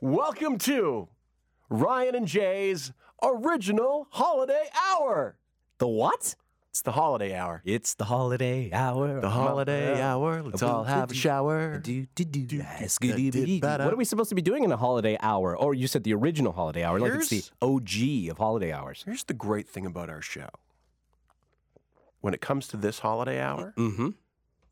Welcome to Ryan and Jay's original holiday hour. The what? It's the holiday hour. It's the holiday hour. The holiday hour. Let's all have a shower. Do do do. do, do, Scooby-Doo. ba-da. What are we supposed to be doing in a holiday hour? Or you said the original holiday hour, like it's the Here's- OG of holiday hours. Here's the great thing about our show. When it comes to this holiday hour, Mm-hmm.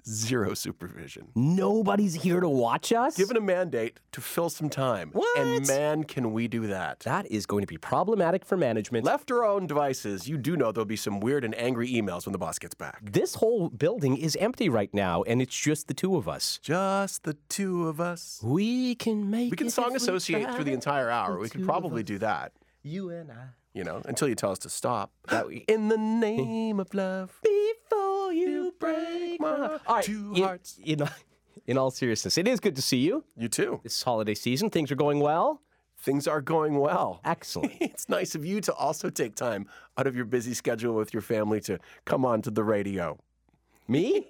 zero supervision. Nobody's here to watch us. Given a mandate to fill some time. And What? man, can we do that. that is going to be problematic for management. Left to our own devices, you do know there'll be some weird and angry emails when the boss gets back. This whole building is empty right now, and it's just the two of us. Just the two of us. We can make. We can it if song associate try. through the entire hour. The We two could of probably us. do that, You and I. you know, until you tell us to stop. That we- In the name of love. Before you break my my heart. All right, Two in- hearts. In, in all seriousness, it is good to see you. You too. This holiday season, things are going well. Things are going well. Excellent. It's nice of you to also take time out of your busy schedule with your family to come on to the radio. Me?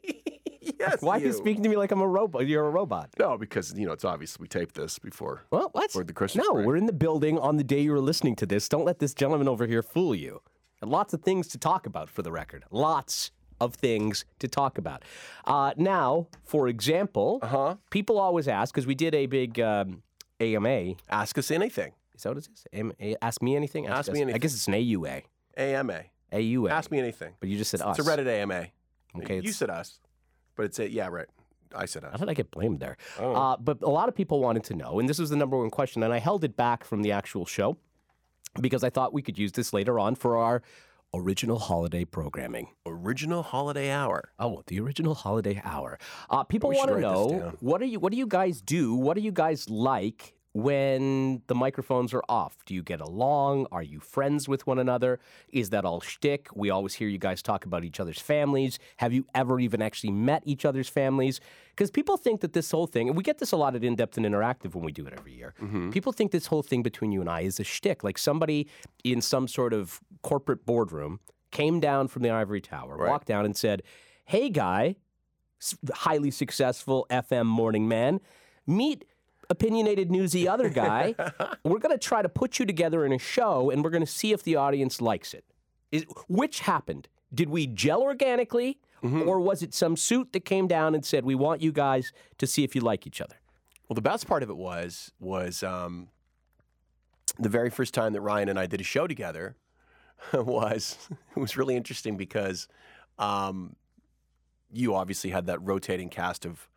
Yes. Why are you speaking to me like I'm a robot? You're a robot. No, because you know it's obvious we taped this before. Well, what? Or the Christmas no, break. we're in the building on the day you were listening to this. Don't let this gentleman over here fool you. And Lots of things to talk about for the record. Lots of things to talk about. Uh, now, for example, uh-huh. people always ask because we did a big um, AMA. Ask us anything. Is that what it is? AM, A- ask me anything. Ask us. me I anything. guess it's an AUA. AMA. AUA. Ask me anything. But you just said us. It's a Reddit AMA. Okay, You it's- said us, but it's a, yeah, right. I said How us. did I get blamed there? Oh. Uh, but a lot of people wanted to know, and this was the number one question, and I held it back from the actual show because I thought we could use this later on for our original holiday programming. Original holiday hour. Oh, the original holiday hour. Uh, people We should want to write this know down. what are you? What do you guys do? What do you guys like when the microphones are off? Do you get along? Are you friends with one another? Is that all shtick? We always hear you guys talk about each other's families. Have you ever even actually met each other's families? Because people think that this whole thing, and we get this a lot at In Depth and Interactive when we do it every year. People think this whole thing between you and I is a shtick, like somebody in some sort of corporate boardroom came down from the ivory tower, walked down and said, "Hey, guy, s- highly successful FM morning man, meet opinionated newsy other guy. we're going to try to put you together in a show, and we're going to see if the audience likes it. Is which happened? Did we gel organically, or was it some suit that came down and said, "We want you guys to see if you like each other"? Well, the best part of it was was um, the very first time that Ryan and I did a show together was it was really interesting because um, you obviously had that rotating cast of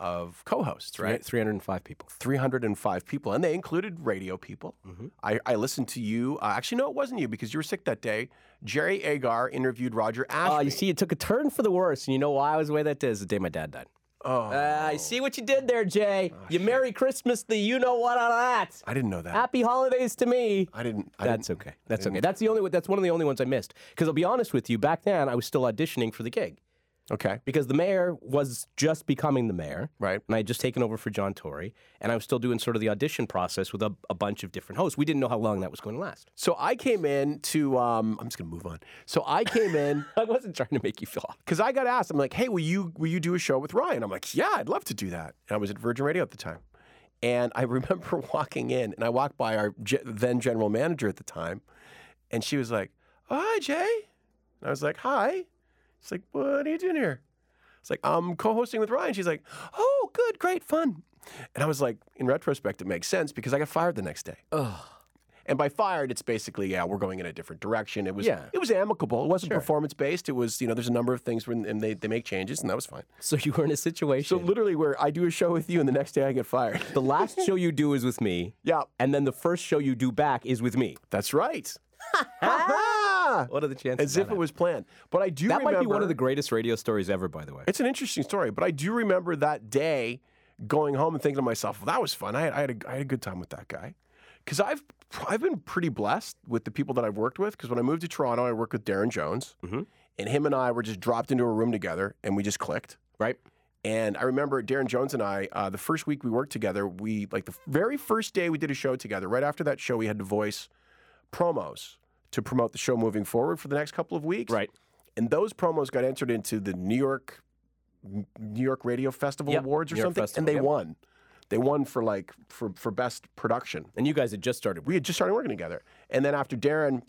of co-hosts, right? Three hundred and five people. 305 people, and they included radio people. Mm-hmm. I, I listened to you. Uh, actually, no, it wasn't you because you were sick that day. Jerry Agar interviewed Roger Ashby. Oh, you see, it took a turn for the worse, and you know why I was the way that is the day my dad died. Oh. Uh, I see what you did there, Jay. you Merry Christmas the you know what on that. I didn't know that. Happy holidays to me. I didn't. I ah, That's didn't, okay. That's okay. That's the only. That's one of the only ones I missed. Because I'll be honest with you, back then I was still auditioning for the gig okay. because the mayor was just becoming the mayor, Right. And I had just taken over for John Tory, and I was still doing sort of the audition process with a, a bunch of different hosts. We didn't know how long that was going to last. So I came in to. Um, I'm just gonna move on. So I came in I wasn't trying to make you feel. awkward. because I got asked. I'm like, hey, will you will you do a show with Ryan? I'm like, yeah, I'd love to do that. And I was at Virgin Radio at the time, and I remember walking in, and I walked by our ge- then general manager at the time, and she was like, oh, hi, Jay. And I was like, hi. She's like, what are you doing here? It's like, I'm co hosting with Ryan. She's like, oh, good, great, fun. And I was like, in retrospect, it makes sense because I got fired the next day. And by fired, it's basically, yeah, we're going in a different direction. It was Yeah. it was amicable. It wasn't performance based. It was, you know, there's a number of things when and they, they make changes, and that was fine. So you were in a So situation. literally where I do a show with you and the next day I get fired. the last show you do is with me. yeah. And then the first show you do back is with me. That's right. Ha-ha! What are the chances? As if it was planned. But I do that remember might be one of the greatest radio stories ever, by the way. It's an interesting story, but I do remember that day going home and thinking to myself, well, that was fun. I had, I had, a, I had a good time with that guy. Because I've, I've been pretty blessed with the people that I've worked with. Because when I moved to Toronto, I worked with Darren Jones. And him and I were just dropped into a room together and we just clicked. Right? And I remember Darren Jones and I, uh, the first week we worked together, we, like the very first day we did a show together, right after that show, we had to voice promos to promote the show moving forward for the next couple of weeks. Right. And those promos got entered into the New York New York Radio Festival Yep, Awards or New York something, Festival, and they yep. won. They won for like for for best production. And you guys had just started. We had just started working together, and then after Darren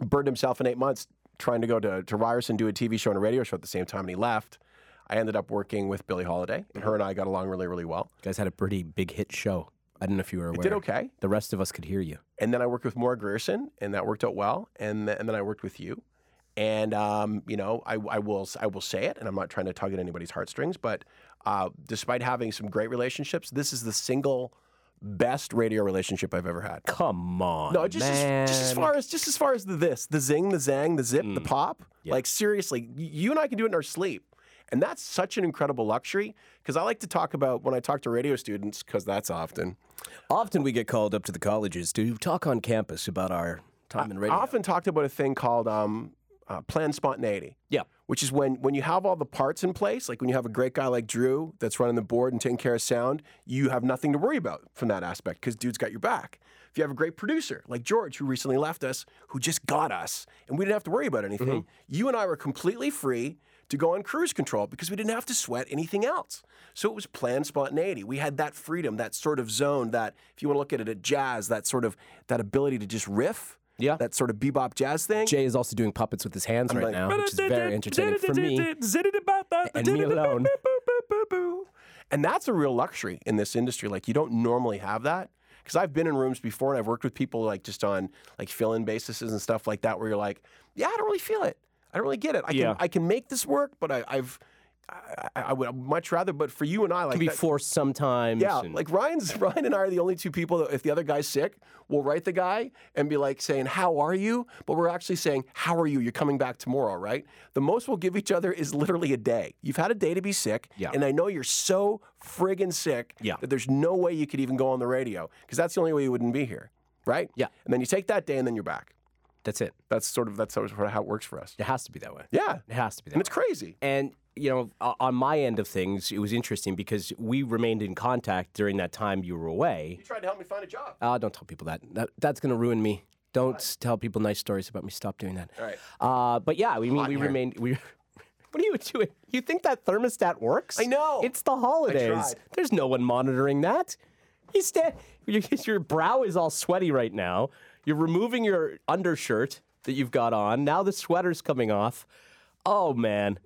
burned himself in eight months trying to go to to Ryerson do a TV show and a radio show at the same time, and he left. I ended up working with Billie Holiday, and her and I got along really, really well. You guys had a pretty big hit show. I don't know if you were aware. Did okay, The rest of us could hear you. and then I worked with Maura Grierson, and that worked out well. And th- and then I worked with you, and um, you know, I, I will s- I will say it, and I'm not trying to tug at anybody's heartstrings, but uh, despite having some great relationships, this is the single best radio relationship I've ever had. Come on. No, just as, man. Mm. just as far as just as far as the this, the zing, the zang, the zip, the pop. Like seriously, y- you and I can do it in our sleep. And that's such an incredible luxury because I like to talk about when I talk to radio students because that's often. Often we get called up to the colleges to talk on campus about our time in radio. I often talked about a thing called um, uh, planned spontaneity. Yeah. Which is when when you have all the parts in place, like when you have a great guy like Drew that's running the board and taking care of sound, you have nothing to worry about from that aspect because dude's got your back. If you have a great producer like George, who recently left us, who just got us, and we didn't have to worry about anything, Mm-hmm. you and I were completely free to go on cruise control because we didn't have to sweat anything else. So it was planned spontaneity. We had that freedom, that sort of zone, that if you want to look at it at jazz, that sort of that ability to just riff Yeah. that sort of bebop jazz thing. Jay is also doing puppets with his hands right like, now, which is very entertaining for me. and me alone. And that's a real luxury in this industry. Like you don't normally have that. Because I've been in rooms before and I've worked with people like just on like fill-in basis and stuff like that, where you're like, yeah, I don't really feel it. I don't really get it. I Yeah. can I can make this work, but I, I've I, I I would much rather. But for you and I, like Be that- forced sometimes. yeah, and- like Ryan's Ryan and I are the only two people that if the other guy's sick, we'll write the guy and be like saying, How are you? But we're actually saying, How are you? You're coming back tomorrow, right? The most we'll give each other is literally a day. You've had a day to be sick, Yeah. and I know you're so friggin' sick Yeah. that there's no way you could even go on the radio, because that's the only way you wouldn't be here, right? Yeah. And then you take that day and then you're back. that's it. That's sort of that's sort of how it works for us. It has to be that way. Yeah. It has to be that And way. it's crazy. And you know, o- on my end of things, it was interesting because we remained in contact during that time you were away. You tried to help me find a job. Ah, don't tell people that. that that's going to ruin me. Don't tell people nice stories about me. Stop doing that. All right. Uh, but yeah, we mean we here. remained. We, what are you doing? You think that thermostat works? I know. It's the holidays. tried. There's no one monitoring that. You stand. Your, your brow is all sweaty right now. You're removing your undershirt that you've got on. Now the sweater's coming off. Oh man.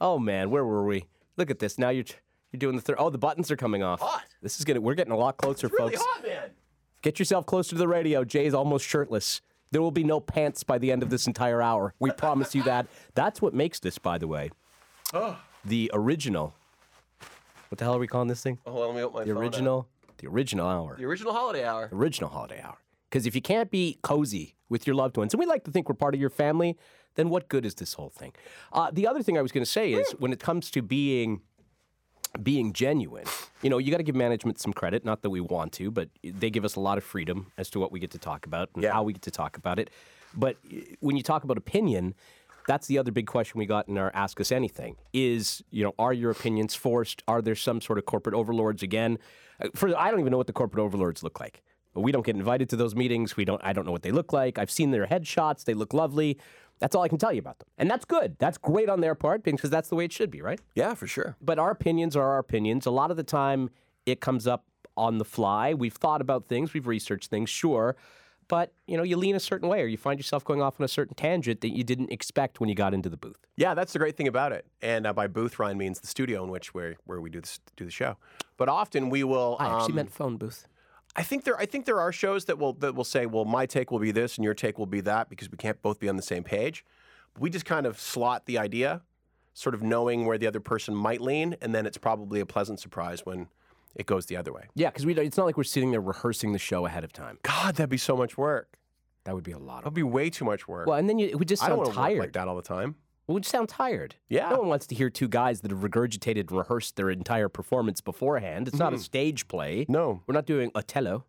Oh man. Where were we? Look at this. Now you're. You're doing the third. Oh, the buttons are coming off. Hot. This is gonna. We're getting a lot closer, really folks. hot, man. Get yourself closer to the radio. Jay's almost shirtless. There will be no pants by the end of this entire hour. We promise you that. That's what makes this, by the way. Oh. The original. What the hell are we calling this thing? Oh, well, let me open my The original. The original hour. The original holiday hour. The original holiday hour. Because if you can't be cozy with your loved ones, and we like to think we're part of your family, then what good is this whole thing? Uh, the other thing I was going to say Hmm. is when it comes to being being genuine. You know, you got to give management some credit. Not that we want to, but they give us a lot of freedom as to what we get to talk about and Yeah. how we get to talk about it. But eh, when you talk about opinion, that's the other big question we got in our Ask Us Anything is, you know, are your opinions forced? Are there some sort of corporate overlords again? Uh, For I don't even know what the corporate overlords look like. We don't get invited to those meetings. We don't. I don't know what they look like. I've seen their headshots. They look lovely. That's all I can tell you about them, and that's good. That's great on their part because that's the way it should be, right? Yeah, for sure. but our opinions are our opinions. A lot of the time, it comes up on the fly. We've thought about things, we've researched things, sure, but you know, you lean a certain way, or you find yourself going off on a certain tangent that you didn't expect when you got into the booth. Yeah, that's the great thing about it. And uh, by booth, Ryan means the studio in which where where we do this, do the show. But often we will. I actually um, meant phone booth. I think there I think there are shows that will that will say, well, my take will be this and your take will be that because we can't both be on the same page. But we just kind of slot the idea, sort of knowing where the other person might lean, and then it's probably a pleasant surprise when it goes the other way. Yeah, because we don't- it's not like we're sitting there rehearsing the show ahead of time. God, that'd be so much work. That would be a lot of. That'd be way too much work. Well, and then you, it would just I don't want sound to work like tired. that all the time. It would sound tired. Yeah. No one wants to hear two guys that have regurgitated and rehearsed their entire performance beforehand. It's not a stage play. No, We're not doing Otello.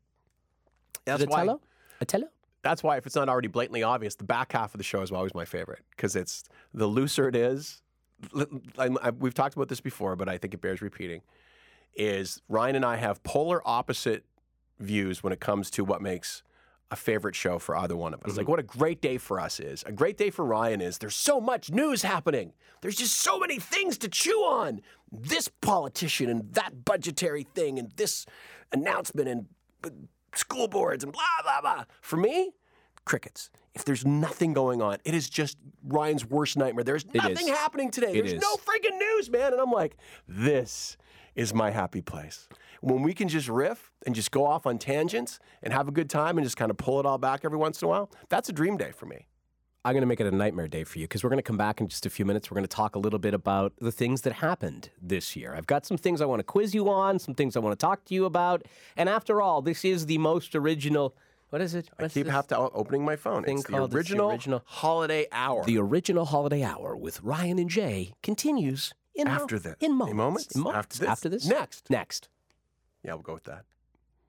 that's Is it Otello? Otello? that's why if it's not already blatantly obvious, the back half of the show is always my favorite because it's the looser it is. l- I, I, we've talked about this before, but I think it bears repeating. Is Ryan and I have polar opposite views when it comes to what makes a favorite show for either one of us. Like, what a great day for us is. A great day for Ryan is there's so much news happening. There's just so many things to chew on. This politician and that budgetary thing and this announcement and uh, school boards and blah, blah, blah. For me, crickets. If there's nothing going on, it is just Ryan's worst nightmare. There's nothing is. happening today. There's is. no freaking news, man. And I'm like, this is my happy place. When we can just riff and just go off on tangents and have a good time and just kind of pull it all back every once in a while, that's a dream day for me. I'm going to make it a nightmare day for you because we're going to come back in just a few minutes. We're going to talk a little bit about the things that happened this year. I've got some things I want to quiz you on, some things I want to talk to you about. And after all, this is the most original. What is it? I keep have to opening my phone. thing It's the, called- it's the original original- holiday hour. the original holiday hour with Ryan and Jay continues in mo- After this. In In moments. moments? In moments. After this? After this. Next. Next. yeah, we'll go with that.